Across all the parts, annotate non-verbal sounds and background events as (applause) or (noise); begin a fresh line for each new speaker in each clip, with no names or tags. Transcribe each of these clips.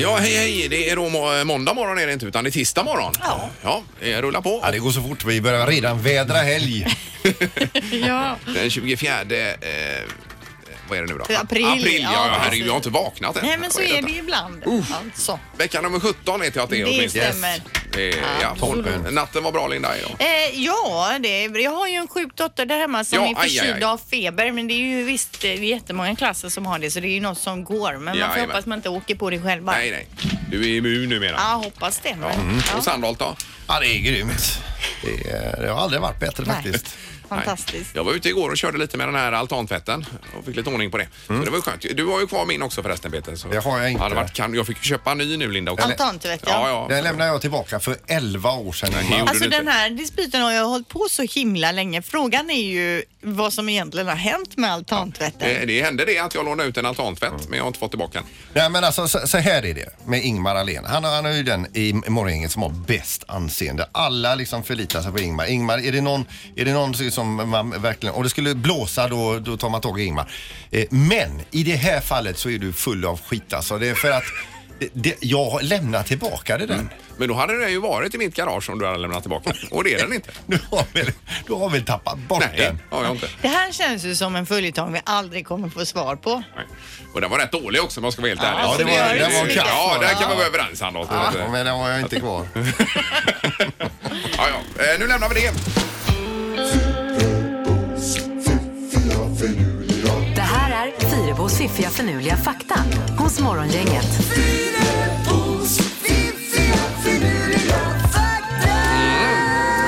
Ja, hej hej! Det är då må- måndag morgon är det inte utan det är tisdag morgon.
Ja.
Ja, eh, rulla på.
Ja, det går så fort. Vi börjar redan vädra helg.
Ja,
(laughs) Den 24... Eh, vad är det nu då?
April.
April, ja.
Ja,
ja herregud,
precis.
jag har inte vaknat än.
nej men så
Vad
är
detta?
det ibland. Alltså.
Vecka nummer 17 vet jag att det är
Det
åtminstone.
stämmer.
Det är, ja, toppen. Natten var bra Linda idag.
Eh, ja, det, är- jag har ju en sjuk dotter där hemma som
Ja,
är
aj, aj, aj.
förkyld och har feber. Men det är ju visst, det är jättemånga klasser som har det så det är ju något som går. Men man får
Jajamän.
hoppas man inte åker på det själv bara.
Nej, Mm, nej. Du är immun numera.
Ja, hoppas det. Men,
Och
ja,
Sandholt då?
Ja, det är grymt. Det, är, det har aldrig varit bättre
Nej.
faktiskt.
fantastiskt.
Jag var ute igår och körde lite med den här altantvätten och fick lite ordning på det. Så det var ju skönt. Du har ju kvar min också förresten Peter. Så
Mm. Det har jag inte.
Hade varit kan... Jag fick ju köpa en ny nu Linda. också.
Altantvätt, ja.
ja. ja.
Den lämnade jag tillbaka för 11 år sedan.
gjorde
Ingmar.
du
Alltså
inte.
den här dispyten har jag hållit på så himla länge. Frågan är ju vad som egentligen har hänt med altantvätten.
Det, det hände det att jag lånade ut en altantvätt
Mm.
men jag har inte fått tillbaka den.
Nej, men alltså, så, så här är det med Ingmar Ahlén. Han, har- han är ju den i Morgongänget som har bäst anseende. Alla liksom förlitar sig på Ingmar. Ingmar, är det någon, är det någon som man verkligen... Om det skulle blåsa då, då tar man tag i Ingmar. Eh, men i det här fallet så är du full av skit alltså. Det är för att det, det, jag lämnar tillbaka det där.
Men då hade den ju varit i mitt garage om du hade lämnat tillbaka den. Och det är den
(laughs)
inte.
Du har väl, du har väl tappat bort
Nej,
den?
har jag inte.
Det här känns ju som en följetong vi aldrig kommer få svar på.
Nej. Och den var rätt dålig också om jag ska vara helt
Ja,
ärlig.
det var-
Så
den var kass,
Ja,
var
där
den.
kan man vara överens Sandholt.
Ja, men den har jag inte kvar.
Ja, ja. Eh, nu lämnar vi det.
Det här är Fyrabos fiffiga förnuliga fakta hos Morgongänget.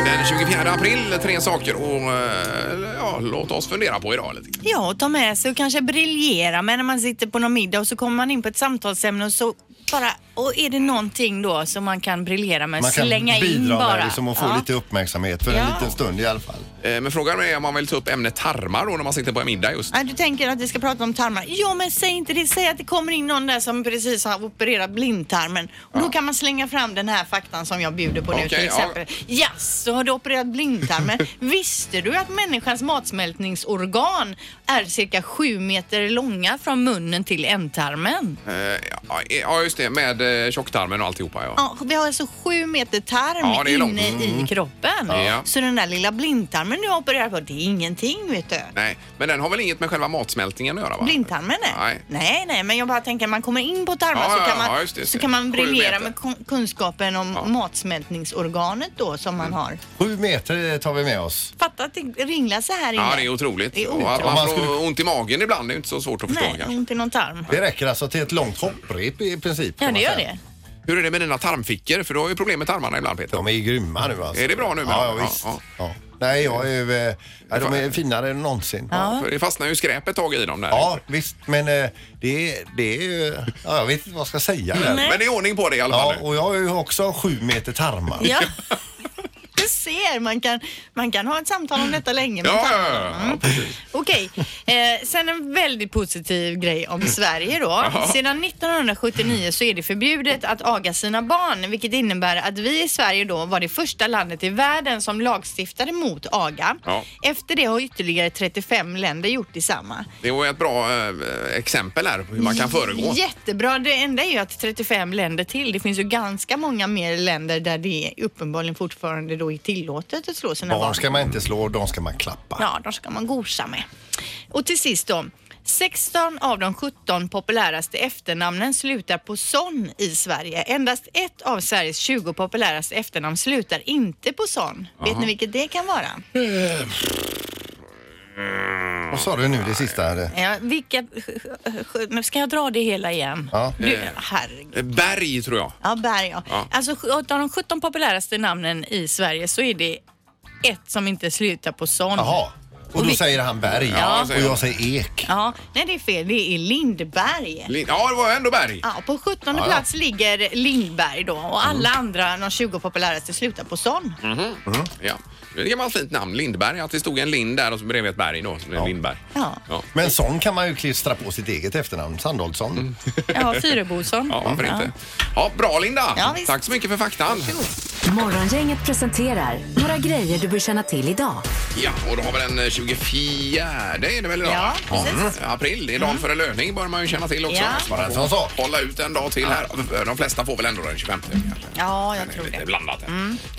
Den 24 april, tre saker och eh, ja, låt oss fundera på idag lite.
Ja, och ta med sig och kanske briljera med när man sitter på någon middag och så kommer man in på ett samtalsämne och så bara, och är det någonting då som man kan briljera med,
Man kan
slänga in
bidra
bara.
med liksom och få
Ja.
lite uppmärksamhet för en
Ja.
liten stund i alla fall.
Eh, Men frågan är om man vill ta upp ämnet tarmar då när man sitter på en middag just.
Ja, du tänker att vi ska prata om tarmar. Ja, men säg inte det. Säg att det kommer in någon där som precis har opererat blindtarmen. Och då kan man slänga fram den här faktan som jag bjuder på nu
Okej,
till
ja.
exempel. Ja. så har du opererat
(laughs)
blindtarmen. Visste du att människans matsmältningsorgan är cirka sju meter långa från munnen till ändtarmen?
Eh, ja, eh, Ja, just det, med eh, tjocktarmen och alltihopa ja.
Ja, vi har alltså sju meter tarm
Ja, det är långt. Mm.
inne i kroppen.
Ja.
Så den där lilla blindtarmen du har opererat på, det är ingenting vet du.
Nej, men den har väl inget med själva matsmältningen att göra va?
Blindtarmen? nej.
Nej.
nej, nej, men jag bara tänker när man kommer in på tarmar
Ja,
så, kan
ja,
man,
ja, just det, just
så
det.
kan man
Sju
briljera
meter.
med kun- kunskapen om matsmältningsorganet då som man
Mm.
har.
Sju meter eh, tar vi med oss.
Fatta att det ringlar så här inne.
Ja, det är otroligt.
Det är
Och att
otroligt.
man,
Om man
får
skulle-
ont i magen ibland är ju inte så svårt att förstå
Nej,
kanske.
inte någon tarm.
Det räcker alltså till ett långt hopprep i princip.
Ja,
kan
det
man
gör
säga.
det.
Hur är det med dina tarmfickor? För du har ju problem med tarmarna ibland Peter.
De är ju grymma nu alltså.
Är det bra nu med
Ja,
dem?
ja visst.
Ja,
Ja,
ja.
Nej, jag är ju... eh, Ja, de är finare än någonsin. Ja,
För det fastnar ju skräp ett tag i dem där.
visst. Men eh, det är, det är ju... Ja, jag vet inte vad jag ska säga
Mm.
där.
Men det är ordning på det i alla fall
Ja,
nu.
och jag har ju också sju meter tarmar.
Ja. (laughs) Du ser, man kan, man kan ha ett samtal om detta länge med
Ja, ja,
tarmarna.
ja, ja,
Mm. Okej, eh, sen en väldigt positiv grej
Mm.
om Sverige då. Sedan 1979 så är det förbjudet att aga sina barn, vilket innebär att vi i Sverige då var det första landet i världen som lagstiftade mot aga.
Ja.
Efter det har ytterligare 35 länder gjort detsamma.
Det var ju ett bra eh, exempel här på hur man kan föregå.
Jättebra. Det enda är ju att 35 länder till. Det finns ju ganska många mer länder där det uppenbarligen fortfarande då är tillåtet att slå sina barn.
Barn ska man inte slå, de ska man klappa.
Ja, de ska man gosa med. Och till sist då. 16 av de 17 populäraste efternamnen slutar på son i Sverige. Endast ett av Sveriges 20 populäraste efternamn slutar inte på son. Vet ni vilket det kan vara?
Vad sa du nu det sista? eller?
Ja, vilka... Nu ska jag dra det hela igen.
Ja.
Du, herregud.
Eh, Berg tror jag.
Ja, Berg ja.
Ja.
Alltså sj- av de 17 populäraste namnen i Sverige så är det ett som inte slutar på son.
Jaha. Och då
vi-
säger han berg
Ja.
och jag säger ek.
Ja, nej det är fel. Det är Lindberg.
Lin- Ja, det var ändå berg.
Ja, på 17
ja.
plats ligger Lindberg då och alla andra, de 20 populäraste, slutar på son.
Ja. Det är ett gammalt fint namn, Lindberg. Att det stod en lind där och så bredvid ett berg då. så blev det Lindberg.
Ja.
Ja,
Men sån kan man ju klistra på sitt eget efternamn, Sandholtsson.
Ja, Fyrebosson.
ja varför inte? Ja, bra Linda!
Ja, visst.
Tack så mycket för faktan.
Varsågod.
Morgongänget presenterar några grejer du bör känna till idag.
Ja, och då har vi den eh, 24 är det väl idag?
Ja,
va?
precis.
Mm. April, det är dagen före löning bör man ju känna till också.
Ja.
Bara en sån sak. Hålla ut en dag till här. De flesta får väl ändå den 25 kanske.
Ja, jag
Men
tror
lite
det. Mm.
Blandat.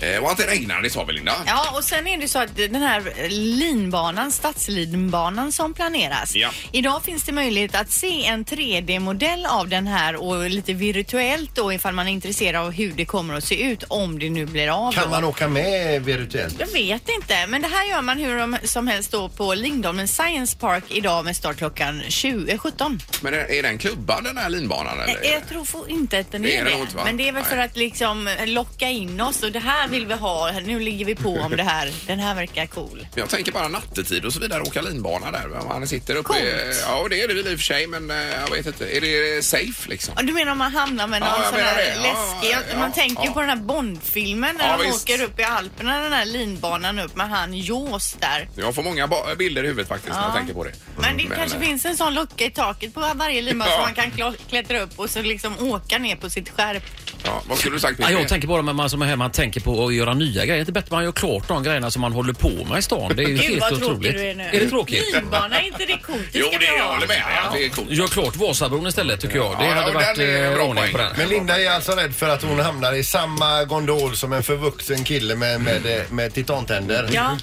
Eh, Och att det regnar, det sa vi Linda?
Ja, och sen är det så att den här linbanan, stadslinbanan som planeras.
Ja.
Idag finns det möjlighet att se en 3D-modell av den här och lite virtuellt då ifall man är intresserad av hur det kommer att se ut om det nu blir av. då.
Kan man åka med virtuellt?
Jag vet inte, men det här gör man hur de- som helst då på Lingdolmen Science Park idag med start klockan 20, eh, 17.
Men är är den klubbad den här linbanan? Eller?
Jag tror få- inte att den
Det är
är
det nog inte, va?
det. Men det är väl
Nej.
för att liksom locka in oss och det här vill vi ha. Nu ligger vi på om det här. Den här verkar cool.
Jag tänker bara nattetid och så vidare, åka linbana där. Man sitter uppe
Coolt.
i, Ja, det är det väl i och för sig, men eh, jag vet inte. Är det safe liksom?
Ja, Du menar om man hamnar med någon
Ja, jag
sån
menar
här
det. Ja,
läskig...
ja,
man
ja,
tänker ju
ja.
på den här Bond-filmen när
Ja,
de
visst.
åker upp i Alperna, den här linbanan upp med han Jaws där.
Jag får många ba- bilder i huvudet faktiskt när jag
Ja.
tänker på det.
Men det kanske
eh,
finns en sån lucka i taket på varje linbana
Ja.
som man kan kla- klättra upp och så liksom åka ner på sitt skärp.
Ja, vad skulle du sagt
Ja,
Peter?
jag tänker bara när man som är hemma tänker på att göra nya grejer. Det är bättre att man gör klart de grejerna som man håller på med i stan. Det är ju
Gud
helt
vad tråkig
otroligt.
du är nu.
Är det tråkigt?
Linbana, är inte det coolt? Det
Jo, det
ska vi
jag
ha.
håller med dig. att Det är coolt.
Gör klart Vasabron istället tycker jag. Det
Ja,
hade
ja,
varit
den är en
eh,
bra
ordning på
poäng.
den.
Men Linda är alltså rädd för att hon hamnar i samma gondol som en förvuxen kille med, med, eh, med titantänder.
(laughs)
Ja,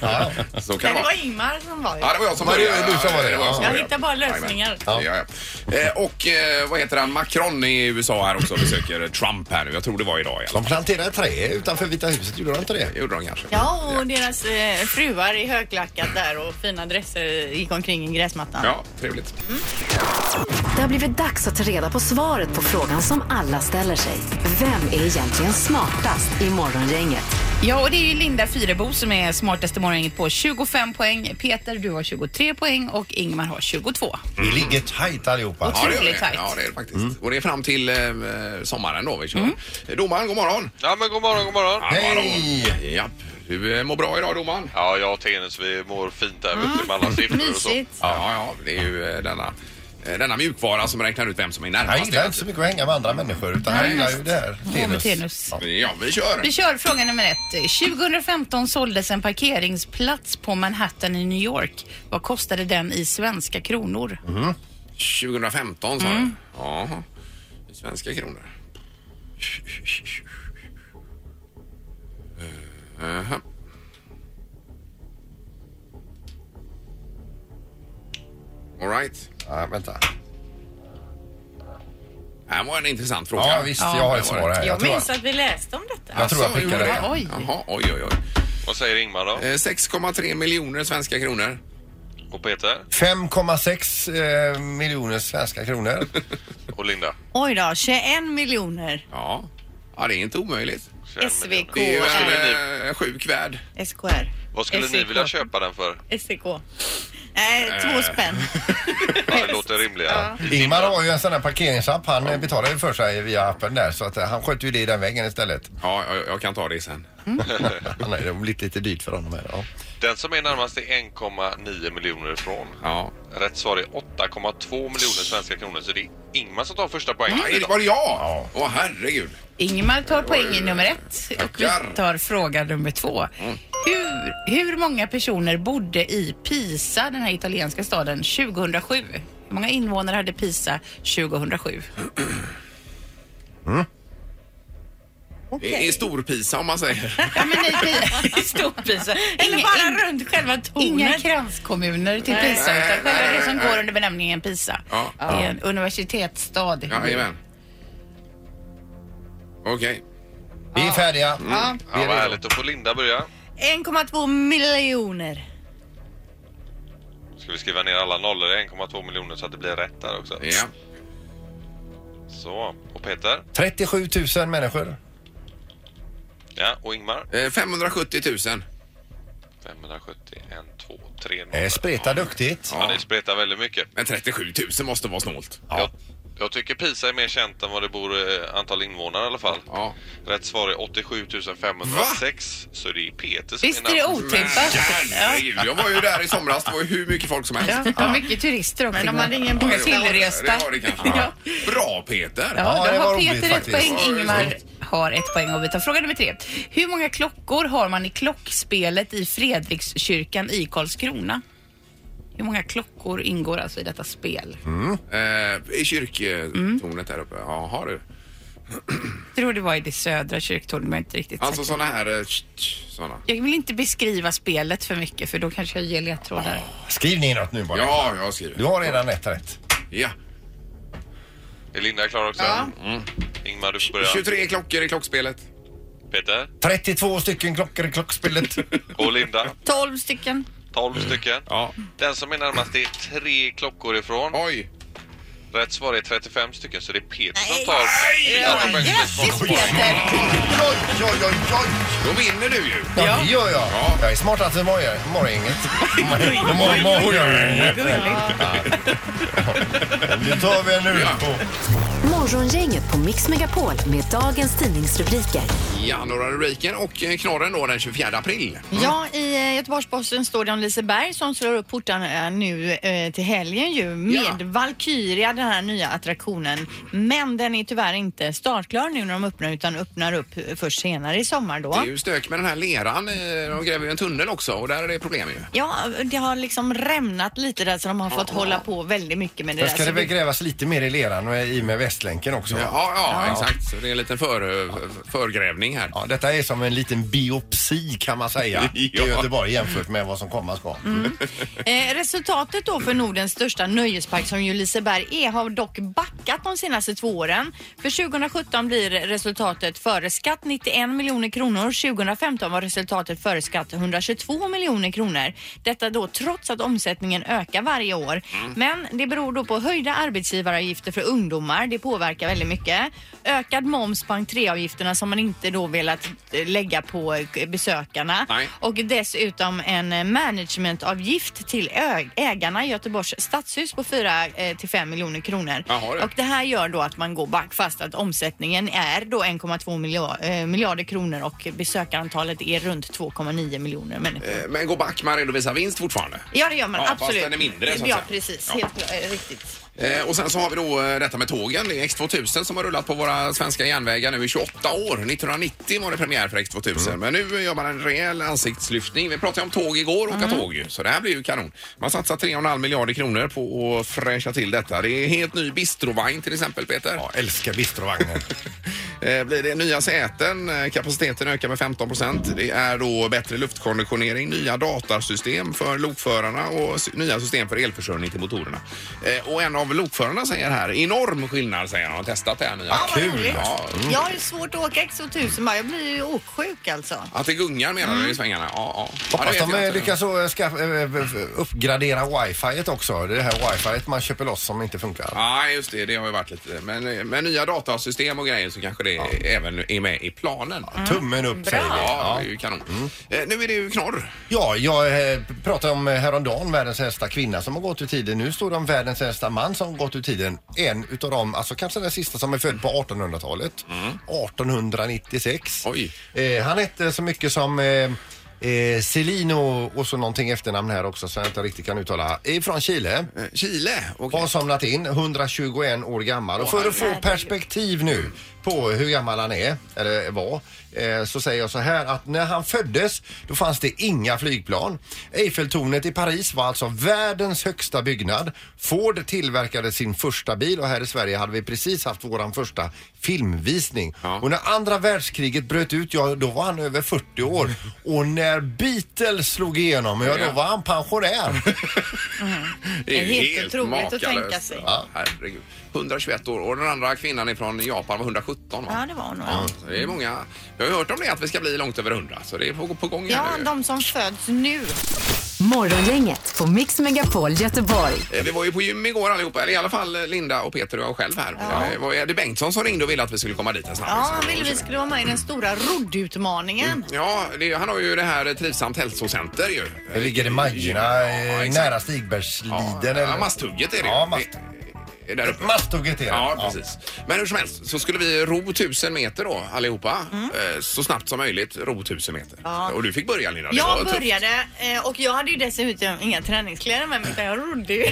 Ja.
Så kan
men
det
det
vara.
var Ingmar som var ju.
Ja, det var jag som
Var det
började.
du som var det?
jag
Ja.
som
Jag
började.
hittar bara lösningar.
Ja. Ja, ja. Eh, Och eh, vad heter han? Macron i USA här också besöker Trump här nu. Jag tror det var idag. i alla fall.
De planterade trä utanför Vita huset, gjorde de inte det?
Det gjorde de kanske.
Ja, och deras eh, fruar i högklackat där och fina dresser gick omkring i gräsmattan.
Ja, trevligt.
Det har blivit dags att ta reda på svaret på frågan som alla ställer sig. Vem är egentligen smartast i Morgongänget?
Ja, och det är ju Linda Fyrebo som är smartaste morgonen på 25 poäng. Peter, du har 23 poäng och Ingmar har 22.
Vi ligger tajt allihopa.
Ja, det gör
Otroligt
det.
tajt.
Ja, det är det faktiskt.
Mm.
Och det är fram till eh, sommaren då vi kör.
Mm.
Domaren, god morgon.
Ja men god morgon, god morgon.
Hej! Ja, du eh, mår bra idag domaren?
Ja, jag och Tenus vi mår fint där vet du, med alla
Mm.
siffror och Mm, så.
Mysigt.
Ja, ja, det är ju eh, denna, eh, denna mjukvara som räknar ut vem som är
Han
närmast.
gillar inte så mycket att hänga med andra människor utan han gillar ju det här.
med
Tenus.
tenus.
Ja.
Ja, vi kör.
Vi kör fråga nummer ett. 2015 såldes en parkeringsplats på Manhattan i New York. Vad kostade den i svenska kronor?
2015 sa
Mm.
du? Jaha. I svenska kronor. Aha. All right.
Ja, vänta.
Det här var en intressant fråga.
Ja visst, jag har ett svar här. Jag
Jag
tror
minns
att,
att vi läste om detta.
jag, tror jag
Alltså,
prickade
gjorde
rätt.
det?
Oj.
Jaha, oj, oj, oj.
Vad säger Ingmar då?
Eh, 6,3 miljoner svenska kronor.
Och Peter?
5,6 eh, miljoner svenska kronor.
Och Linda?
Oj då, 21 miljoner.
Ja. ja, det är inte omöjligt.
21 miljoner.
SVK.
Det är ju
Vad
en
skulle
eh, sjuk värld.
SKR.
Vad skulle ni
SEK.
vilja köpa den för?
SEK. Nej, två spänn.
Ja, det låter rimligare.
Ingmar har ju en sån där parkeringsapp. Han eh, betalar ju för sig via appen där så att eh, han sköter ju det i den vägen (laughs) istället.
Ja, jag, jag kan ta det sen.
Han har ju blivit lite dyrt för honom här. Ja.
Den som är närmast är 1,9 miljoner ifrån.
Ja.
Rätt svar är 8,2 miljoner svenska kronor. Så det är Ingmar som tar första poängen
Nej, det
idag.
var jag! Åh, herregud.
Ingmar tar poäng i nummer ett och vi
Tackar. Mm.
tar fråga nummer två. Hur, hur många personer bodde i Pisa, den här italienska staden, 2007? Hur många invånare hade Pisa 2007?
Mm.
(laughs)
Det är stor pisa om man (laughs) säger.
Ja, men i, Pi- i Storpisa.
Eller bara runt själva tornet.
Inga kranskommuner till
Nej.
Pisa, utan
Nej,
själva
nej,
det som
nej.
går under benämningen Pisa.
Ja.
Det är en universitetsstad.
Jajamän. Okej.
Vi är färdiga.
Ja, vad härligt. Då får Linda börja.
1,2 miljoner.
Ska vi skriva ner alla nollor i 1,2 miljoner så att det blir rätt där också?
Ja.
Så, och Peter?
37 000 människor.
Ja, och Ingmar?
Eh, 570 000.
570, 1, 2, 3
Eh, Spretar duktigt.
Ja, det spretar väldigt mycket.
Men 37 000 måste vara snålt.
Jag, Jag tycker Pisa är mer känt än vad det bor eh, antal invånare i alla fall.
Ja.
Rätt svar är 87 506. Så det är Peter som
Visst är det
namnet.
otippat? Ja.
Herregud, jag var ju där i somras. Det var ju hur mycket folk som helst.
Ja, och mycket turister också.
Men de
Ingmar.
hade ingen
Ja, det
Många
var-
tillresta.
Det var det kanske.
(laughs) Ja.
Bra Peter!
Ja,
Ja, det
då
var
har
roligt
Peter ett
faktiskt.
poäng,
Ja, det är
Ingmar har ett poäng och vi tar fråga nummer tre. Hur många klockor har man i klockspelet i Fredrikskyrkan i Karlskrona? Hur många klockor ingår alltså i detta spel?
Mm. Eh, I kyrktornet där uppe. Jaha du.
Jag tror det var i det södra kyrktornet, men jag är inte riktigt
Alltså
säker.
såna här... eh, tsch, tsch, Såna.
Jag vill inte beskriva spelet för mycket för då kanske jag ger ledtrådar.
Skriv ner något nu bara.
Ja, jag skriver.
Du har redan ett rätt.
Ja.
Är Linda klar också? Mm. Ingmar, du får börja.
23 klockor i klockspelet.
Peter
32 stycken klockor i klockspelet.
och Linda.
12 stycken.
12 stycken.
Mm. Ja.
Den som är närmast är tre klockor ifrån.
Oj!
Rätt svar är 35 stycken, så det är Peter som tar... Ja, det är
Grattis Peter!
(laughs) oj, oj, oj, oj.
Då vinner du ju!
Ja, det gör jag.
Ja.
Jag är smartast i morgon- morgongänget. Mor- mor- (laughs) morgongänget. Ja. Det tar vi en nu på.
Morgongänget på Mix Megapol med dagens tidningsrubriker.
Ja, några rubriker och eh, knorren då den 24 april.
Ja, i eh, Göteborgs-Posten står det om Liseberg som slår upp portarna eh, nu eh, till helgen ju med
Ja.
Valkyria, den här nya attraktionen. Men den är tyvärr inte startklar nu när de öppnar utan öppnar upp eh, först senare i sommar då.
Det är ju stök med den här leran. eh, De gräver ju en tunnel också och där är det problem ju.
Ja, det har liksom rämnat lite där så de har fått hålla på väldigt mycket med det
Sen
där.
ska
Så
det väl grävas lite mer i leran och i med Västlänken också.
alltså, Ja, ja, exakt. Så det är en liten för, eh, förgrävning här.
Ja, detta är som en liten biopsi kan
(laughs)
man säga i
Ja. Mm.
Göteborg jämfört med vad som komma ska. Mm.
(laughs) Eh, resultatet då för Nordens största nöjespark som ju Liseberg är har dock backat de senaste två åren. För 2017 blir resultatet före skatt 91 miljoner kronor. 2015 var resultatet före skatt 122 miljoner kronor. Detta då trots att omsättningen ökar varje år. Men det beror då på höjda arbetsgivaravgifter för ungdomar. Det påverkar väldigt mycket. Ökad moms på entréavgifterna som man inte då velat eh, lägga på eh, besökarna.
Nej.
Och dessutom en eh, managementavgift till ö- ägarna i Göteborgs stadshus på 4-5 miljoner kronor.
Jaha, det.
Och det här gör då att man går back fast att omsättningen är då 1,2 miljard, eh, miljarder kronor och besökarantalet är runt 2,9 miljoner människor.
Eh, Men gå back, man redovisar vinst fortfarande.
Ja, det gör man
ja, fast
absolut.
den är mindre, så att
Ja,
säga.
precis.
Ja.
Helt klart, eh, riktigt.
Eh, Och sen så har vi då eh, detta med tågen. Det är X2000 som har rullat på våra svenska järnvägar nu i 28 år. 1990 var det premiär för X2000. Men nu gör man en rejäl ansiktslyftning. Vi pratade om tåg igår, åka tåg ju. Så det här blir ju kanon. Man satsar 3,5 miljarder kronor på att fräscha till detta. Det är helt ny bistrovagn till exempel, Peter.
Ja, älskar
(laughs)
bistrovagnen.
Eh, Blir det nya säten, eh, kapaciteten ökar med 15 procent. Det är då bättre luftkonditionering, nya datarsystem för lokförarna och s- nya system för elförsörjning till motorerna. Eh, Och en av lokförarna säger här, enorm skillnad säger han, har testat det här nya.
Ja, vad roligt.
Ja, mm.
Jag har ju svårt att åka XO1000 bara. Jag blir ju åksjuk alltså.
att det gungar menar du i svängarna? Ja, ja. ja
Hoppas
det vet
de
jag
eh,
inte.
lyckas så ska, uppgradera wifi också. Det här wifi man köper loss som inte funkar.
Nej, just det. Det har ju varit lite. Men eh, med nya datasystem och grejer så kanske det även är med i planen.
Tummen upp säger vi.
Ja,
Ja.
det är ju kanon. Eh, Nu är det ju knorr.
Ja, jag eh, pratade om eh, häromdagen världens äldsta kvinna som har gått ur tiden. Nu står det om världens äldsta man som har gått ur tiden. En utav dem, alltså kanske den sista som är född på 1800-talet. 1896.
Mm. Oj.
Eh, han hette så mycket som eh, eh, Celino och så någonting efternamn här också som jag inte riktigt kan uttala. Ifrån Chile.
Eh, Chile? Okej.
Har somnat in, 121 år gammal. Och för att få perspektiv nu på hur gammal han är, eller var, eh, så säger jag så här att när han föddes då fanns det inga flygplan. Eiffeltornet i Paris var alltså världens högsta byggnad. Ford tillverkade sin första bil och här i Sverige hade vi precis haft våran första filmvisning.
Ja.
Och när andra världskriget bröt ut, ja då var han över 40 år. Och när Beatles slog igenom, ja då var
(laughs)
han pensionär.
Det är ju
Det är helt otroligt att
makalöst.
tänka sig.
Ja, herregud. 121 år och den andra kvinnan ifrån Japan var 117 va?
Ja, det var nog.
Så det är många. Jag har ju hört om det att vi ska bli långt över 100 så det är på, på gång här
Ja,
nu.
de som föds nu.
Morgongänget på Mix Megapol Göteborg.
Eh, Vi var ju på gym igår allihopa, eller i alla fall eh, Linda och Peter och jag själv här. Ja. Det var Eddie Bengtsson som ringde och ville att vi skulle komma dit en snabbis.
Ja, han ville vi skulle vara med i den stora roddutmaningen.
Ja, det, han har ju det här eh, Trivsamt hälsocenter ju.
Det ligger i Majorna,
Ja,
eh,
exakt.
nära Stigbergsliden.
Ja,
eller?
masthugget är det ju.
Ja, mast-
Det- där uppe.
Masthugget är det.
Ja, precis. Men hur som helst så skulle vi ro 1000 meter då allihopa. Eh, Så snabbt som möjligt ro 1000 meter.
Ja.
Och du fick börja Linda. Det var
Jag
tufft.
började eh, och jag hade ju dessutom inga träningskläder med mig utan jag rodde ju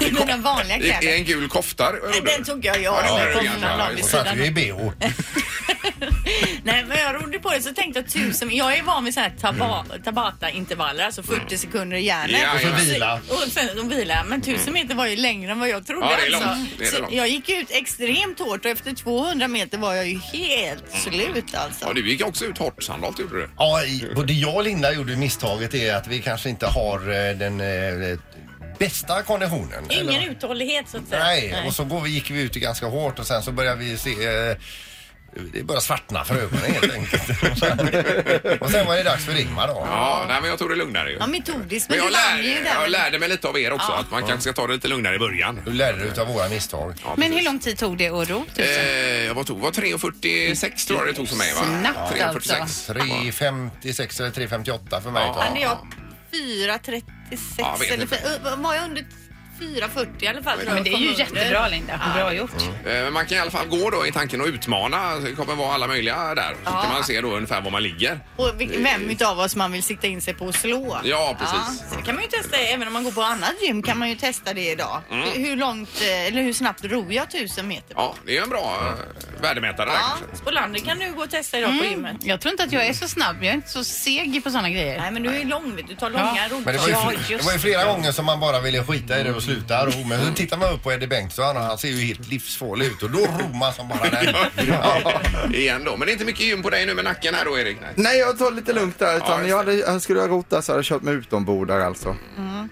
i mina vanliga
I, I
kläder.
en gul kofta. rodde
Nej, den
du.
tog jag ju
Ja,
av
det var
mig
det
på
gärna.
mina
Ja,
lag vid
just
Satt
sidan.
ju i bh.
Nej, men jag rodde på det så tänkte jag tusen. Jag är van vid så här taba, Tabata-intervaller, alltså 40 sekunder i hjärnan.
Mm. Ja,
Och så
ja.
vila.
Och sen de vila. Men tusen meter var ju längre än vad jag trodde.
Ja, det är långt.
Alltså.
Det är det
Så
långt.
jag gick ut extremt hårt och efter 200 meter var jag ju helt slut
Mm. Ja,
alltså.
du gick också ut hårt Sandholt gjorde du.
Ja, i- både jag och Linda gjorde misstaget är att vi kanske inte har eh, den eh, bästa konditionen. eller-
Ingen uthållighet så att säga.
Nej, och så går vi, gick vi ut ganska hårt och sen så började vi se eh, det började svartna för
(laughs)
ögonen helt enkelt. och sen var det dags för Ingmar då.
Ja, nej, men jag tog det lugnare ju.
Ja, metodiskt.
Men
Men,
jag
du vann ju
lärde,
där.
jag lärde mig lite av er också att man kanske ska ta det lite lugnare i början.
Du lärde dig av våra misstag.
Ja,
Men hur
precis.
lång tid tog det att ro?
typ?
Tusen?
Eh, jag var, tog, var 3.46 tror jag det tog för mig va?
Snabbt alltså.
3.46.
3.56 eller 3.58 för mig.
Ja.
tror jag.
Hade jag 4.36
Ja, vet
eller
inte.
för, var jag under 4.40 i alla fall?
Men det är ju jättebra Linda. Bra gjort.
Eh, Men man kan i alla fall gå då i tanken och utmana. Det kommer vara alla möjliga där. Så kan man se då ungefär var man ligger.
Och vil- vem utav oss man vill sikta in sig på och slå.
Ja, precis.
så det kan man ju testa, även om man går på annat gym kan man ju testa det idag.
Mm.
Hur- Hur långt, eh, eller hur snabbt ror jag 1000 meter?
Ja, det är ju en bra eh, värdemätare där
Ja, Mm.
kanske.
Spolander kan du gå och testa idag på gymmet.
Jag tror inte att jag är så snabb. Jag är inte så seg på sådana grejer.
Nej, men du är ju lång, vet du. du tar långa
Ja.
rodtag.
Men det var, ju, fl- det var ju flera gånger som man bara ville skita i det och sluta ro. Men så tittar man upp på Eddie Bengtsson och han ser ju helt livsfarlig ut och då ror man som bara den.
Igen då. Men det är inte mycket gym på dig nu med nacken här då Erik. Nej.
Nej, jag tar lite lugnt där.
Ja,
Utan
just
jag, hade, jag skulle ha rotat så hade jag kört mig utombordare alltså.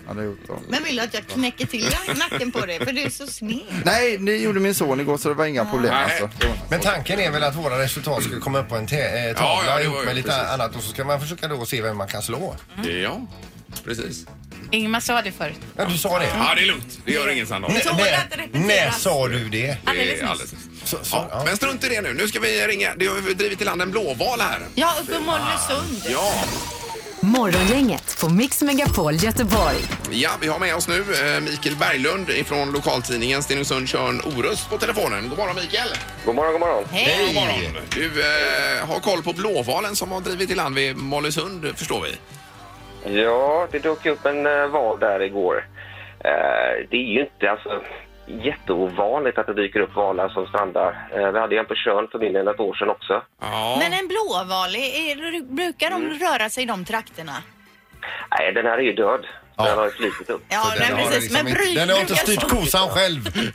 Hade gjort då.
Men vill du att jag knäcker till nacken på dig? För du är så sned.
Nej, det gjorde min son igår så det var inga problem
Mm. Nej.
alltså.
Men tanken är väl att våra resultat ska komma upp på en te- eh,
Ja,
tavla
ja, det var
ihop
ju-
med lite
precis.
annat och så ska man försöka då se vem man kan slå.
Ja, precis.
Ingmar sa det förut.
Ja, du sa det.
Ja, det är lugnt. Det gör ingen Sandholt.
N-
Tål att
när,
repeteras.
när sa du det?
Det är
Alldeles
alldeles
nyss.
Så, så,
Ja,
ja.
men strunt i det nu. Nu ska vi ringa. Det har vi drivit i land en blåval här.
Ja, uppe i Mollösund.
Ja,
Morgongänget på Mix Megapol Göteborg.
ja vi har med oss nu eh, Mikael Berglund ifrån lokaltidningen Stenungsund Tjörn Orust på telefonen. God morgon Mikael!
God morgon, god morgon.
God morgon! Du eh, har koll på blåvalen som har drivit i land vid Mollösund förstår vi.
Ja, det dök upp en eh, val där igår. Eh, det är ju inte alltså, jätteovanligt att det dyker upp valar som strandar. Eh, vi hade ju en på Tjörn för mindre än ett år sedan också.
Ja.
Men en blåval, är, är, brukar de
Mm.
röra sig i de trakterna?
Nej, den här är ju död.
Ja.
Den har ju flutit upp.
Ja,
Den
nej,
har
precis.
liksom
men
inte-
bry,
den har inte
brukar-
styrt kosan själv.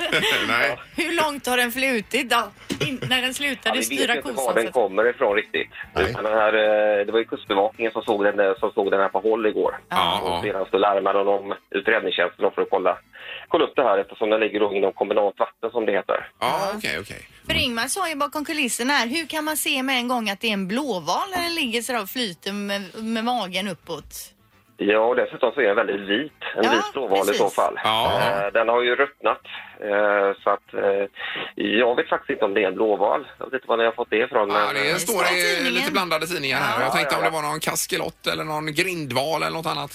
Nej.
Hur långt har den flutit då? In, när den slutade
vi vet
styra
ju inte var
kosan? så
den
att-
kommer ifrån riktigt.
Nej.
Utan den här, eh, det var ju Kustbevakningen som såg den, där- som såg den här på håll igår.
Ja, ja.
och sedan så larmade de ut räddningstjänsten då för att kolla, kolla upp det här eftersom den ligger då inom kommunalt vatten som det heter.
Ja, okej, okej.
För Ingmar sa ju bakom kulisserna här, hur kan man se med en gång att det är en blåval när den ligger sådär och flyter med, med magen uppåt?
Ja, och dessutom så är den väldigt vit. En
Ja,
vit blåval i
precis.
så fall.
Ja.
Eh, Den har ju ruttnat. eh, Så att eh, jag vet faktiskt inte om det är en blåval. Jag vet inte var ni har fått det ifrån.
Ja,
men,
det
eh,
står
står i
i
tidningen.
lite blandade tidningar här. Jag tänkte om det var någon kaskelott eller någon grindval eller något annat.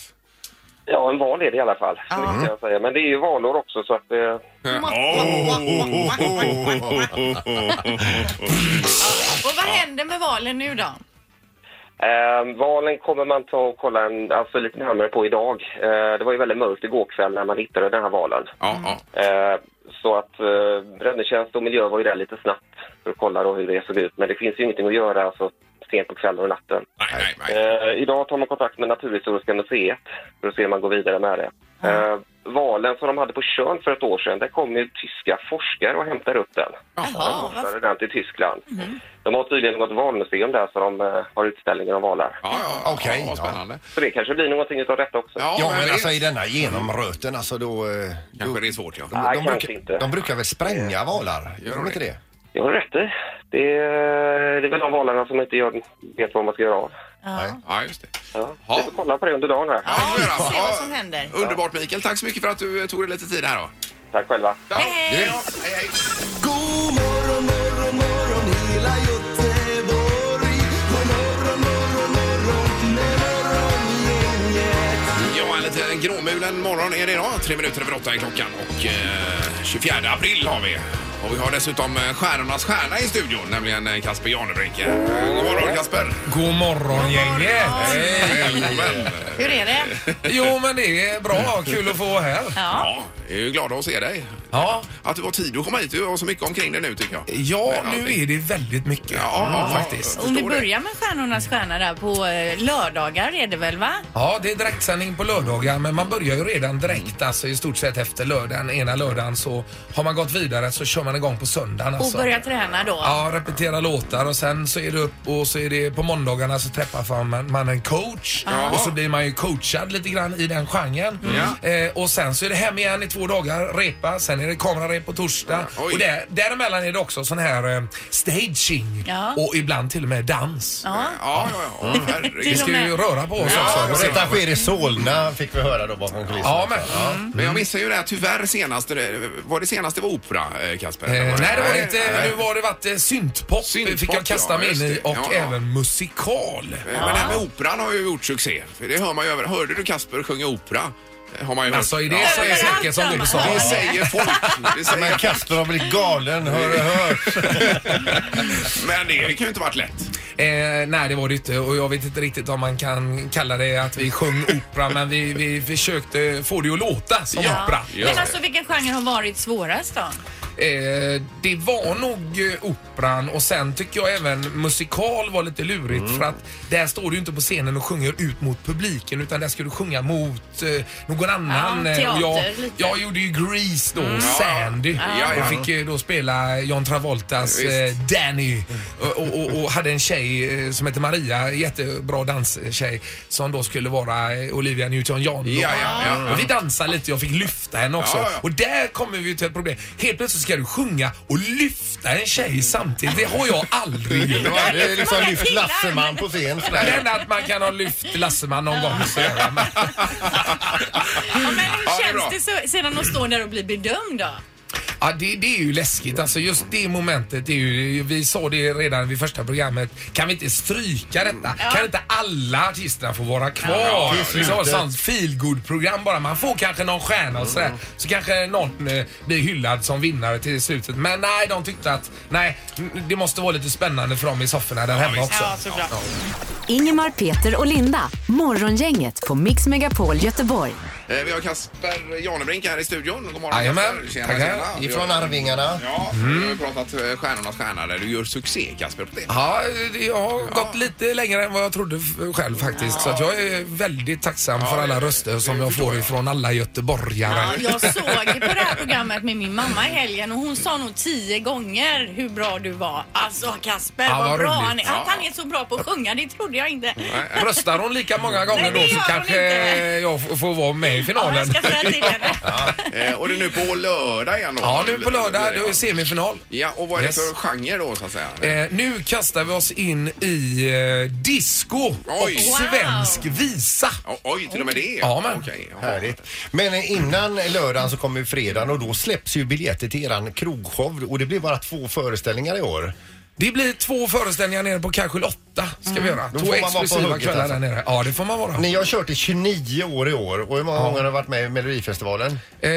Ja, en val är det i alla fall.
Ja.
Det kan jag säga. Men det är ju valår också så att... eh,
(laughs) Och vad händer med valen nu då?
Eh, valen kommer man ta och kolla en, alltså lite närmare på idag. Eh, det var ju väldigt mörkt igår kväll när man hittade den här valen.
Ja,
Mm.
ja.
Eh, så att eh, räddningstjänst och miljö var ju där lite snabbt för att kolla då hur det såg ut. Men det finns ju ingenting att göra alltså, sent på kvällen och natten.
Nej, nej, nej.
Eh, idag tar man kontakt med Naturhistoriska museet för att se om man går vidare med det. Eh, valen som de hade på Tjörn för ett år sedan, där kom ju tyska forskare och hämtade upp den.
Jaha,
de
varför?
hotade den till Tyskland.
Mm.
De har tydligen något valmuseum där så de eh, har utställningar om valar.
Ja, ja,
Okej,
ja, vad
ja.
spännande.
Så det kanske blir någonting utav detta också.
Ja,
Ja,
vem
men
vet?
alltså i denna genomröten alltså då... eh, då
Kanske det är svårt, ja.
Nej,
de,
kanske inte.
brukar, de brukar väl spränga valar?
Gör
Gör de
de
inte det?
Jag har rätt i. Det är, det är väl de valarna som inte gör, vet vad man ska göra av.
Ja, just det.
Ja.
Ja.
Vi får kolla på det under dagen här.
Ja, vi får se
Ja.
vad som händer.
Underbart Mikael, tack så mycket för att du eh, tog dig lite tid här då.
Tack själva.
Ja.
Hej, hej.
Ja, hej, hej.
God morgon, morgon, morgon hela Göteborg. God morgon, morgon, morgon med morgongänget.
Ja, en liten gråmulen morgon morgon är det idag. Tre minuter över åtta är klockan och eh, 24 april har vi. Och vi har dessutom eh, stjärnornas stjärna i studion, nämligen eh, Kasper Janebrink. Eh, God morgon Kasper!
God morgon gänget!
Välkommen!
Hur är det?
Eh, Jo men det är bra, kul att få vara här.
Ja, jag är ju glad att se dig.
Ja.
Att du har tid att komma hit. Du har så mycket omkring dig nu tycker jag.
Ja, nu är det väldigt mycket. Mm,
Ja, faktiskt.
Om vi börjar med Stjärnornas stjärna där på eh, lördagar är det väl va?
Ja, det är direktsändning på lördagar men man börjar ju redan direkt alltså i stort sett efter lördagen. Ena lördagen så har man gått vidare så kör man igång på söndagen.
Och
Alltså.
börja träna då.
Ja, repetera låtar och sen så är det upp och så är det på måndagarna så träffar man, man en coach
Jaha.
och så blir man ju coachad lite grann i den genren.
Mm.
Eh, och sen så är det hem igen i två dagar, repa, sen är det kamerarep på torsdag och där, däremellan är det också sån här eh, staging
Ja.
och ibland till och med dans.
Ja.
Ja, ja, ja.
Vi ska ju röra på oss
Ja,
också.
detta sker i Solna fick vi höra då bakom kulisserna.
Ja, men-
Men jag missade ju det här tyvärr senaste. Var det senaste var opera, eh, Kasper?
Eh, nej, det var det inte.
Nej.
Nu var det varit eh, syntpop, fick jag kasta
ja,
mig in
just
i
det.
och
Ja, ja.
även musikal.
Eh, Men det här med operan har ju gjort succé. För det hör man ju över. Hörde du Kasper sjunga opera? Eh, Har man ju
Alltså,
hört.
är det så är säkert som du sa.
Det säger folk. Det säger
Men Kasper har blivit galen, hör och hör.
Men det kan ju inte varit lätt.
Eh, nej, det var det inte och jag vet inte riktigt om man kan kalla det att vi sjöng opera men vi, vi försökte få det att låta som
Ja.
opera.
Men alltså vilken genre har varit svårast då?
Eh, det var nog eh, operan och sen tycker jag även musikal var lite lurigt för att där står du ju inte på scenen och sjunger ut mot publiken utan där ska du sjunga mot eh, någon annan.
Ja,
Eh, och
teater
jag,
lite.
jag gjorde ju Grease då, Sandy.
Mm. Ja, ja.
Och fick eh, då spela John Travoltas
Visst.
eh, Danny och, och, och, och hade en tjej eh, som hette Maria, jättebra danstjej som då skulle vara eh, Olivia Newton-John. då.
Ja, ja, ja.
Och vi dansade lite, jag fick lyfta henne också.
Ja, ja.
Och där kommer vi till ett problem. Helt plötsligt ska du sjunga och lyfta en tjej samtidigt. Det har jag aldrig gjort.
Ja, det är liksom lyft Lasseman på scen.
Det enda att man kan ha lyft Lasseman någon gång. Så är det. Men-
Ja, men hur
Ja, det är
känns
bra.
det så, sedan att stå där och bli bedömd då?
Ja, det, det är ju läskigt. Alltså just det momentet är ju, vi sa det redan vid första programmet, kan vi inte stryka detta? Kan inte alla artisterna få vara kvar?
ja,
vi
det är
har ett sånt feelgood program bara. Man får kanske någon stjärna och sådär. Så kanske någon eh, blir hyllad som vinnare till slutet. Men nej, de tyckte att nej, det måste vara lite spännande för dem i sofforna där hemma också.
Ingemar, Peter och Linda. Morgongänget på Mix Megapol Göteborg.
Eh, Vi har Kasper Janebrink här i studion. God morgon
Jajamän.
Kasper. Tjena,
Tackar. Mm.
tjena.
Ifrån Arvingarna.
Ja, vi har ju pratat eh, Stjärnornas stjärna där du gör succé Kasper på det.
Ja, jag har gått lite längre än vad jag trodde f- själv faktiskt. Så att jag är väldigt tacksam för alla röster som jag får ifrån alla göteborgare.
Ja, jag såg ju på det här programmet med min mamma i helgen och hon sa nog tio gånger hur bra du var. Alltså Kasper,
Ja,
vad
vad
bra
roligt.
han är. Att han är så bra på att sjunga, det trodde jag inte.
Röstar hon lika många gånger
Nej, det
då så
gör hon
kanske
inte.
jag f- får vara med i
Ja, jag
finalen.
ska säga till henne.
Eh, Och det är nu på lördag igen då.
Ja, nu på lördag, då är
Ja.
semifinal.
Ja, och vad är det
Yes.
för genre då så att säga?
Eh, nu kastar vi oss in i eh, disco
Oj.
och svensk visa.
O- Oj, till och med det?
Ja, men.
Okej, ja.
Härligt. Men innan lördagen så kommer ju fredagen och då släpps ju biljetter till eran krogshow och det blir bara två föreställningar i år.
Det blir två föreställningar nere på Kajskjul 8 ska vi göra. Två
Då får man vara på
exklusiva
hugget,
kvällar
alltså.
där nere. Ja, det får man vara.
Ni har kört i 29 år i år och hur många gånger har ni varit med i Melodifestivalen?
Eh, b-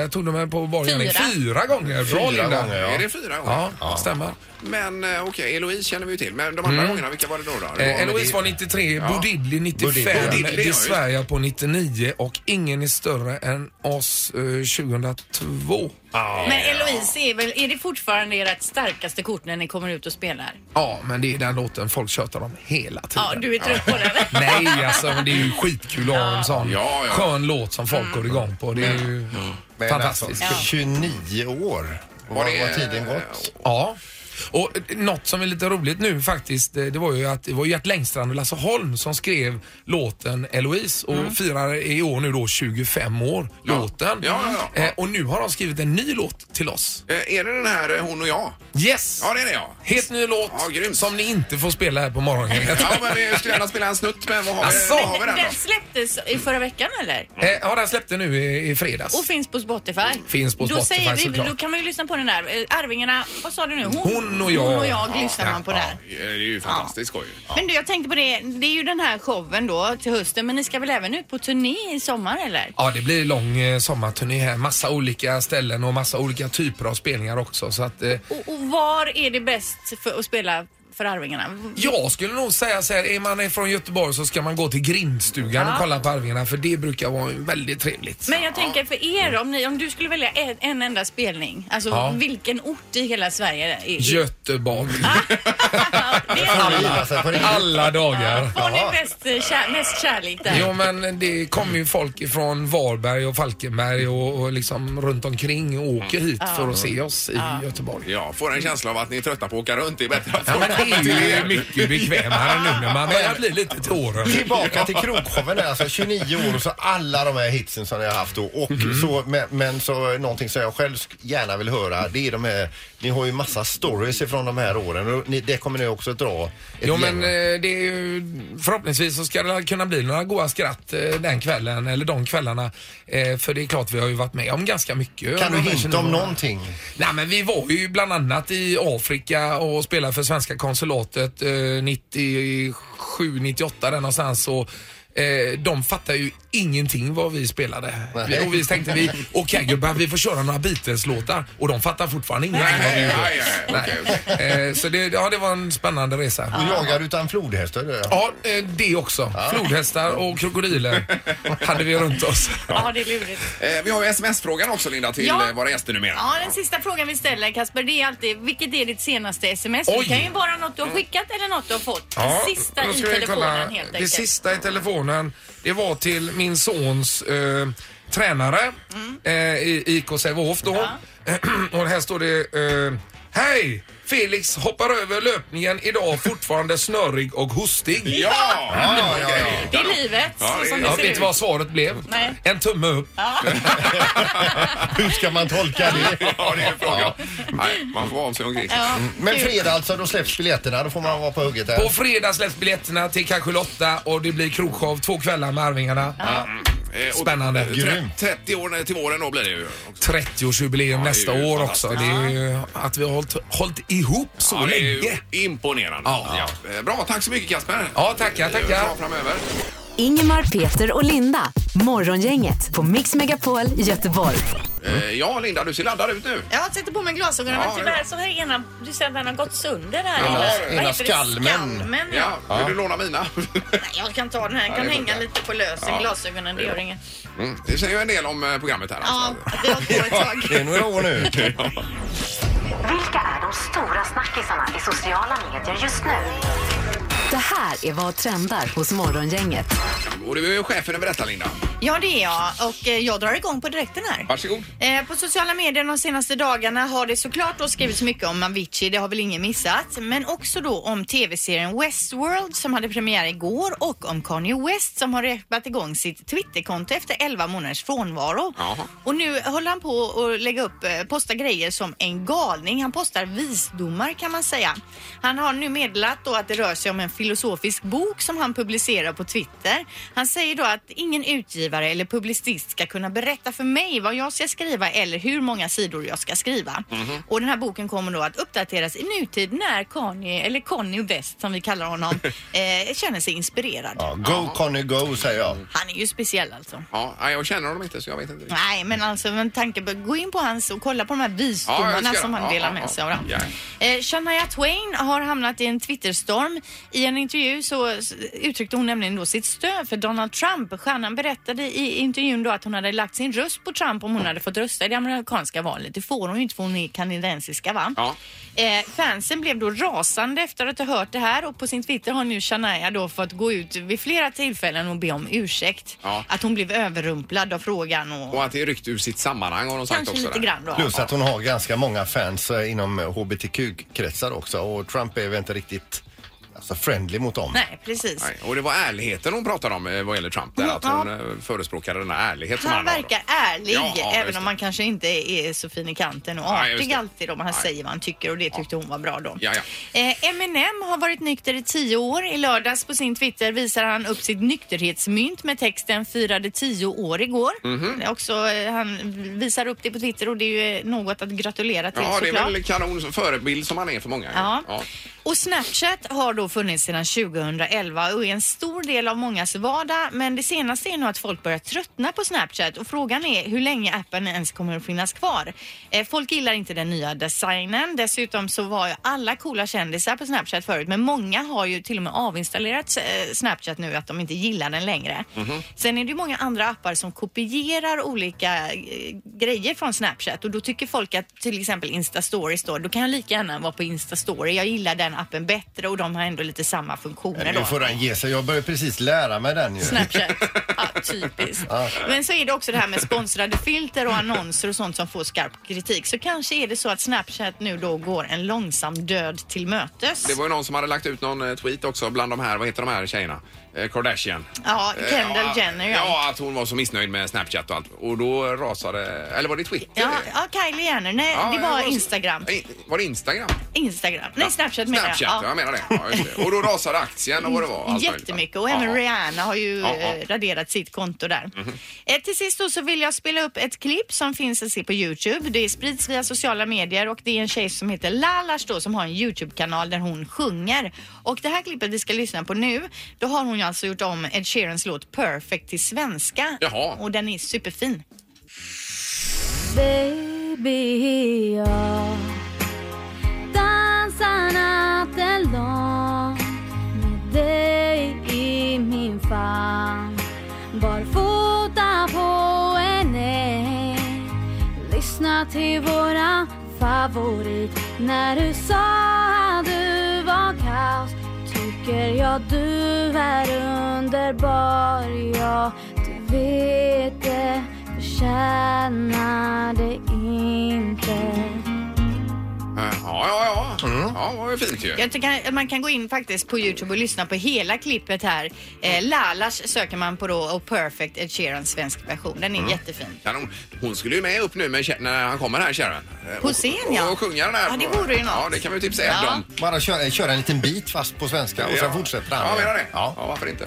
där tog de mig på bar Fyra.
Fyra.
Fyra gånger. Bra
Fyra
Linda.
gånger,
Är
ja.
det fyra gånger?
Ja, stämmer.
Men eh, okej, Eloise känner vi ju till. Men de andra gångerna, vilka var det då? då? Det
Mm. Eh, Eloise var 93, Bodilli 95,
Bodilli, ja,
Di
just.
Sverige på 99 och Ingen är större än oss eh, 2002.
Ah.
Men Eloise, är, väl, är det fortfarande ert starkaste kort när ni kommer ut och spelar?
Ja, men det är den låten folk tjötar om hela tiden.
Ja, du är trött på den.
Nej, alltså men det är ju skitkul att ha en sån
Ja, Mm. ja.
skön låt som
Mm.
folk går igång på. Det är ju
Men
fantastiskt.
Alltså, 29 år. Var,
det-
var tiden gått?
Ja. Och eh, något som är lite roligt nu faktiskt, eh, det var ju att det var Gert Längstrand och Lasse Holm som skrev låten Eloise och firar i år nu då 25 år, låten.
Mm. Ja, ja, ja.
Eh, och nu har de skrivit en ny låt till oss.
Eh, Är det den här eh, Hon och jag?
Yes!
Ja, det är
(laughs)
det ja.
Helt ny låt
Ja, grymt.
som ni inte får spela här på morgonen.
Ja, men vi skulle gärna spela en snutt, men vad har,
Asså?
vi, vad har vi den då? Eh,
Den släpptes i förra veckan eller?
(laughs) eh, ja, den släppte nu i, i fredags.
Och finns på Spotify.
Finns på
då
Spotify,
säger vi,
såklart.
Då kan man ju lyssna på den där. Eh, Arvingarna, vad sa du nu?
Hon Hon och jag.
Hon och jag lyssnar man på där.
Det är ju fantastiskt skoj.
Men du, jag tänkte på det. Det är ju den här showen då till hösten, men ni ska väl även ut på turné i sommar eller?
Ja, det blir lång eh, sommarturné här. Massa olika ställen och massa olika typer av spelningar också. Så att, eh,
Och, och var är det bäst för att spela för Arvingarna?
jag skulle nog säga så här, är man från Göteborg så ska man gå till Grindstugan
Ja.
och kolla på Arvingarna för det brukar vara väldigt trevligt.
Men jag tänker för er, om, ni, om du skulle välja en, en enda spelning, alltså
Ja.
vilken ort i hela Sverige? Är, är,
Göteborg.
Ah.
(laughs) Alltså,
alla,
alla dagar.
Får ni bäst, eh, kär, mest kärlek där?
Jo men det kommer ju folk ifrån Varberg och Falkenberg och, och liksom runt omkring och åker hit
Mm. Ja.
för att se oss i Göteborg.
Ja, får en känsla av att ni är trötta på att åka runt. Det är bättre att
Ja,
få
men det
(laughs) komma till
är
er.
ju (laughs) mycket bekvämare nu när man börjar bli lite till åren.
Tillbaka till krogshowen där, alltså 29 år och så alla de här hitsen som jag har haft då. Och
Mhm.
så, men, men så eh, någonting som jag själv sk- gärna vill höra det är de här, ni har ju massa stories ifrån de här åren och ni, det kommer ni också dra ett
Jo
gäng.
men eh, det är ju, förhoppningsvis så ska det kunna bli några goa skratt eh, den kvällen eller de kvällarna. Eh, För det är klart vi har ju varit med om ganska mycket.
Kan
under
du
de här
hinta
29
om
åren.
någonting?
Nej men vi var ju bland annat i Afrika och spelade för svenska konsulatet eh, 97, 98 där någonstans. Och Eh, de fattar ju ingenting vad vi spelade. Vi, och vi tänkte vi,
(laughs)
okej gubbar vi får köra några Beatles-låtar och de fattar fortfarande ingenting vad vi gjorde. Eh, Så det, ja, det var en spännande resa.
Och jagar utan flodhästar? eller?
Ja, eh, det också. Flodhästar och krokodiler hade vi runt oss.
Ja, det är lurigt.
Eh, Vi har ju sms-frågan också Linda till
Ja.
eh, våra gäster numera.
Ja, den sista frågan vi ställer Kasper, det är alltid vilket är ditt senaste sms?
Oj.
Det kan ju vara något du har skickat eller något du har fått.
Ja,
sista
då
i
ska vi
telefonen
kolla.
helt enkelt.
Det sista i telefonen, det var till min sons eh, tränare
Mm.
eh, i IK Sävehof då. (clears throat) Och här står det eh, Hej! Felix hoppar över löpningen idag fortfarande snörig och hostig.
Ja!
ja, ja,
Det är livet, så som det
Ja,
ser
vet
ut.
du vad svaret blev?
Nej.
En tumme upp.
Hur ska man tolka det?
Ja, det är en fråga. Nej, man får vara av sig omkring.
Ja,
Men
kul.
fredag alltså, då släpps biljetterna. Då får man vara på hugget där.
På fredag släpps biljetterna till kanske Lotta och det blir krogshow två kvällar med Arvingarna.
Eh, och
Spännande.
Grym.
30 år till våren då blir det ju.
30-årsjubileum
det är
nästa
ju
år också. Det är ju att vi har hållit, hållit ihop så
Ja, det är ju
länge.
imponerande.
Ja.
Eh, Bra, tack så mycket Kasper.
Ja, tackar,
Eh,
tackar.
Bra framöver.
Ingemar, Peter och Linda. Morgongänget på Mix Megapol Göteborg.
Eh, Ja, Linda, du ser laddad ut nu.
Jag sätter på mig glasögonen
Ja,
men tyvärr så har ena, du ser att den har gått sönder här.
Ja,
Vad
ena
heter det?
skalmen.
Skalmen, ja.
Ja, vill du låna mina? (laughs)
Nej, Jag kan ta den här, den
Ja,
kan
det
hänga
funkar.
lite på lösen
Ja,
glasögonen, det
det är
gör
bra.
inget.
Mm, Det säger ju en del om eh, programmet här.
Ja,
Alltså.
det har gått ett tag.
Det är några år nu.
Vilka är de stora snackisarna i sociala medier just nu? Det här är vad trendar hos Morgongänget.
Och det är ju chefen över detta, Linda.
Ja, det är jag och eh, jag drar igång på direkten här.
Varsågod.
Eh, På sociala medier de senaste dagarna har det såklart då skrivits mycket om Avicii, det har väl ingen missat. Men också då om tv-serien Westworld som hade premiär igår och om Kanye West som har repat igång sitt Twitterkonto efter 11 månaders frånvaro.
Jaha.
Och nu håller han på att lägga upp, eh, posta grejer som en galning. Han postar visdomar kan man säga. Han har nu meddelat då att det rör sig om en filosofisk bok som han publicerar på Twitter. Han säger då att ingen utgivare eller publicist ska kunna berätta för mig vad jag ska skriva eller hur många sidor jag ska skriva. Och den här boken kommer då att uppdateras i nutid när Kanye, eller Conny West som vi kallar honom, eh, känner sig inspirerad.
Ja, go Conny go säger jag.
Han är ju speciell alltså.
Ja, nej, jag känner honom inte så jag vet inte. riktigt.
Nej, men alltså med tanke på gå in på hans och kolla på de här
Ja, jag
visdomarna
ska
som
göra.
han
Ja,
delar
ja,
med sig
ja.
av.
Ja.
Eh, Shania Twain har hamnat i en Twitterstorm. I en intervju så s- uttryckte hon nämligen då sitt stöd för Donald Trump. Stjärnan berättade i intervjun då att hon hade lagt sin röst på Trump om hon hade fått rösta i det amerikanska valet. Det får hon ju inte för hon är kanadensiska va?
Ja.
Eh, fansen blev då rasande efter att ha hört det här och på sin Twitter har nu Shania då fått gå ut vid flera tillfällen och be om ursäkt.
Ja.
Att hon blev överrumplad av frågan och
Och att det är ryckt ur sitt sammanhang har de sagt
Kanske
också.
lite
där.
grann då.
Plus att hon har ganska många fans eh, inom eh, HBTQ-kretsar också och Trump är väl inte riktigt alltså, friendly mot dem.
Nej, precis.
Nej, och det var ärligheten hon pratade om eh, vad gäller Trump där. Att hon eh, förespråkade den här ärlighet som
Han
han har. då.
verkar ärlig,
Ja, ja,
även
just
om
det.
man kanske inte är så fin i kanten och
Nej, just
artig
det.
alltid. Då, men han säger vad han tycker och det tyckte hon var bra då.
Ja, ja.
Eh, Eminem har varit nykter i tio år. I lördags på sin Twitter visar han upp sitt nykterhetsmynt med texten “firade tio år igår”.
Mhm.
Det är Också, eh, han visar upp det på Twitter och det är ju eh, något att gratulera till
Ja, det är
såklart.
väl kanon som förebild som han är för många.
Ja.
Ja.
Och Snapchat har då funnits sedan 2011 och är en stor del av mångas vardag. Men det senaste är nog att folk börjar tröttna på Snapchat och frågan är hur länge appen ens kommer att finnas kvar. Eh, Folk gillar inte den nya designen. Dessutom så var ju alla coola kändisar på Snapchat förut men många har ju till och med avinstallerat eh, Snapchat nu att de inte gillar den längre. Sen är det ju många andra appar som kopierar olika eh, grejer från Snapchat och då tycker folk att till exempel Instastories då, då kan jag lika gärna vara på Instastory. Jag gillar den appen bättre och de har ändå lite samma funktioner
Men
då.
nu får den ge sig. Jag börjar precis lära mig den ju.
Snapchat. Ja, typiskt.
Ja.
Men så är det också det här med sponsrade filter och annonser och sånt som får skarp kritik. Så kanske är det så att Snapchat nu då går en långsam död till mötes.
Det var ju någon som hade lagt ut någon eh, tweet också bland de här, vad heter de här tjejerna? Eh, Kardashian.
Ja, Kendall
Eh,
Jenner, ja.
Ja, att hon var så missnöjd med Snapchat och allt. Och då rasade, eller var det Twitter?
Ja, ja Kylie Jenner. Nej,
Ja,
det
ja,
var
det var-
Instagram.
Nej, Var det Instagram?
Instagram. Nej, Snapchat menar
Snapchat, jag menar det. Ja, just det. Och då rasade aktien och vad det var. allt möjligt, va?
Jättemycket och även
Ja.
Rihanna har ju
Ja, ja.
eh, raderat sitt konto där.
Mhm.
Eh, Till sist då så vill jag spela upp ett klipp som finns att se på Youtube. Det sprids via sociala medier och det är en tjej som heter Lalash då som har en Youtube-kanal där hon sjunger. Och det här klippet vi ska lyssna på nu, då har hon ju alltså gjort om Ed Sheerans låt Perfect till svenska. Och den är superfin.
Baby, jag dansar natten lång med dig i min famn Barfota på en äng Lyssna till våra favorit När du sa att du var kaos Tycker jag
Mm.
du är underbar Ja, du vet det Förtjänar det inte
Eh, Ja, ja, ja. Ja, det var ju fint ju.
Jag tycker man kan gå in faktiskt på Youtube och lyssna på hela klippet här. Eh, Lalas söker man på då och Perfect Ed Sheerans svensk version. Den är
Mm.
jättefin.
Kanon. Hon skulle ju med upp nu med, Cher- när han kommer här, Sharon. Eh,
På scen ja.
Och sjunga den här.
Ja, det vore ju något.
Ja, det kan vi ju typ tipsa Ed
Ja.
om.
Bara köra, köra en liten bit fast på svenska och sen
Ja.
fortsätter
Ja,
han.
menar det. Ja. varför inte.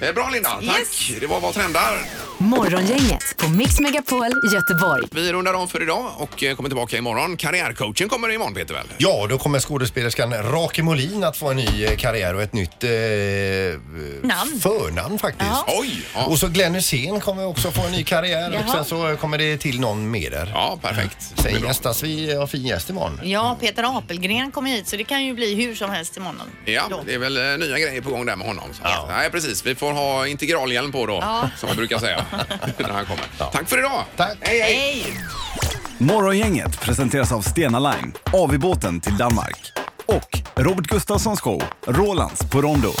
Eh, Bra Linda, tack. Det var Vad trendar?
Morgongänget på Mix Megapol Göteborg.
Vi rundar om för idag och eh, kommer tillbaka imorgon. Karriärcoachen kommer imorgon Peter väl?
Ja, då kommer skådespelerskan Rake Molin att få en ny eh, karriär och ett nytt eh,
Namn.
förnamn faktiskt.
Oj! ja.
Och så Glenn Hussein kommer också få en ny karriär
Jaha.
och sen så kommer det till någon mer där.
Ja, perfekt.
Sen gästas vi av fin gäst imorgon.
Ja, Peter Apelgren kommer hit så det kan ju bli hur som helst imorgon.
Ja,
Då.
det är väl eh, nya grejer på gång där med honom. Så. Nej, precis. Vi får ha integralhjälm på då,
Ja.
som vi brukar säga när han kommer. Tack för idag! Tack!
hej.
Morgongänget presenteras av Stena Line, AV-båten till Danmark och Robert Gustafssons show Rolands på Rondo.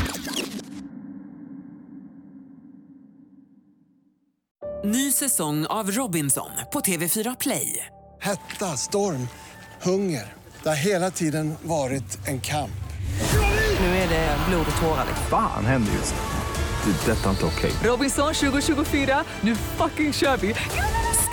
Ny säsong av Robinson på TV4 Play.
Hetta, storm, hunger. Det har hela tiden varit en kamp.
Nu är det blod och tårar. liksom.
Fan händer just nu. Det. är Detta är inte okej.
Robinson 2024, nu fucking kör vi!